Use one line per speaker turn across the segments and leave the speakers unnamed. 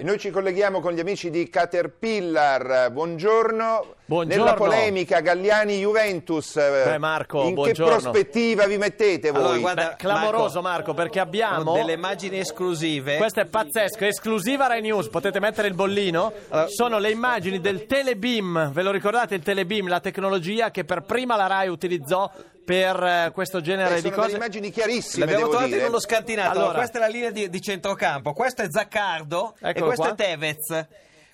E Noi ci colleghiamo con gli amici di Caterpillar, buongiorno.
Buongiorno.
Nella polemica Galliani-Juventus,
Beh, Marco,
in
buongiorno.
che prospettiva vi mettete voi? Eh,
Allora, guarda-
Beh, clamoroso Marco,
Marco,
perché abbiamo
delle eh? immagini esclusive.
questa è pazzesca, esclusiva Rai News, potete mettere il bollino.
Allora-
Sono le immagini del Telebeam, ve lo ricordate il Telebeam, la tecnologia che per prima la Rai utilizzò per eh, questo
Eh,
genere
sono
di
delle
cose.
immagini chiarissime,
L'abbiamo
devo
trovata
dire.
in uno scantinato.
Allora.
Questa è la linea di, di centrocampo, questo è Zaccardo e
Eccolo
questo
qua.
è Tevez.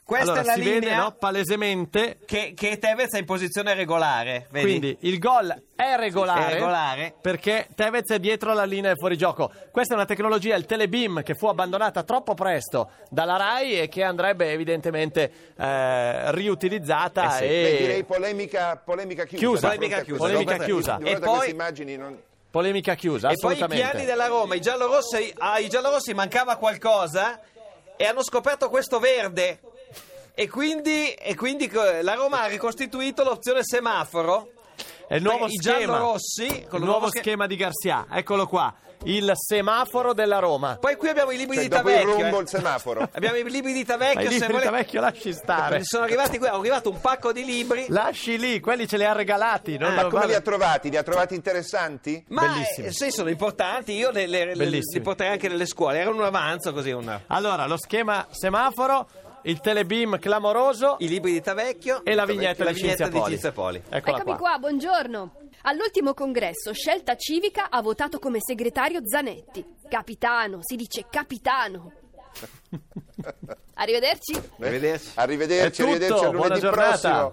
Questa
allora,
è la
si
linea
vede no, palesemente,
che, che Tevez è in posizione regolare. Vedi?
quindi il gol è regolare,
È regolare.
perché Tevez è dietro la linea di fuorigioco. Questa è una tecnologia, il Telebeam, che fu abbandonata troppo presto dalla Rai e che andrebbe evidentemente eh, riutilizzata.
Eh sì,
e...
Beh, direi polemica, polemica chiusa.
Chiusa.
di fronte a
Polemica chiusa.
questo.
Polemica
Guarda,
chiusa.
di fronte
E
a queste
poi-
immagini non-
Polemica chiusa,
E poi i
assolutamente.
piani della Roma, i giallorossi, ai giallorossi mancava qualcosa e hanno scoperto questo verde. E quindi, e quindi co- la Roma ha ricostituito l'opzione semaforo.
È il nuovo
I
schema.
giallorossi con il
il nuovo
nuovo sch-
schema di Garcia, eccolo qua, il semaforo della Roma.
Poi qui abbiamo i libri
Cioè,
di
dopo il
Tavecchio.
rombo,
eh.
il semaforo.
Abbiamo i libri di
Ma
Tavecchio.
i
se
libri
vole-
da vecchio lasci stare.
Mi Ah, sono arrivati qui, ho arrivato un pacco di libri.
Lasci lì, quelli ce li ha regalati.
Ah,
non-
Ma
non-
come li ha trovati? Li ha trovati interessanti?
Ma
Bellissimi.
eh, sì, sono importanti, io le, le- le-
Bellissimi.
li porterei anche nelle scuole. Era un avanzo così, un-
Allora, lo schema semaforo, il telebeam clamoroso
i libri di Tavecchio
e la vignetta,
la
di
vignetta di
Cinzia Poli.
Cinzia Poli.
Eccola qua.
Eccomi qua. buongiorno. All'ultimo congresso Scelta Civica ha votato come segretario Zanetti. Capitano, si dice capitano. Arrivederci.
Arrivederci.
È
Arrivederci,
tutto,
arrivederci a
buona
lunedì
giornata.
prossimo.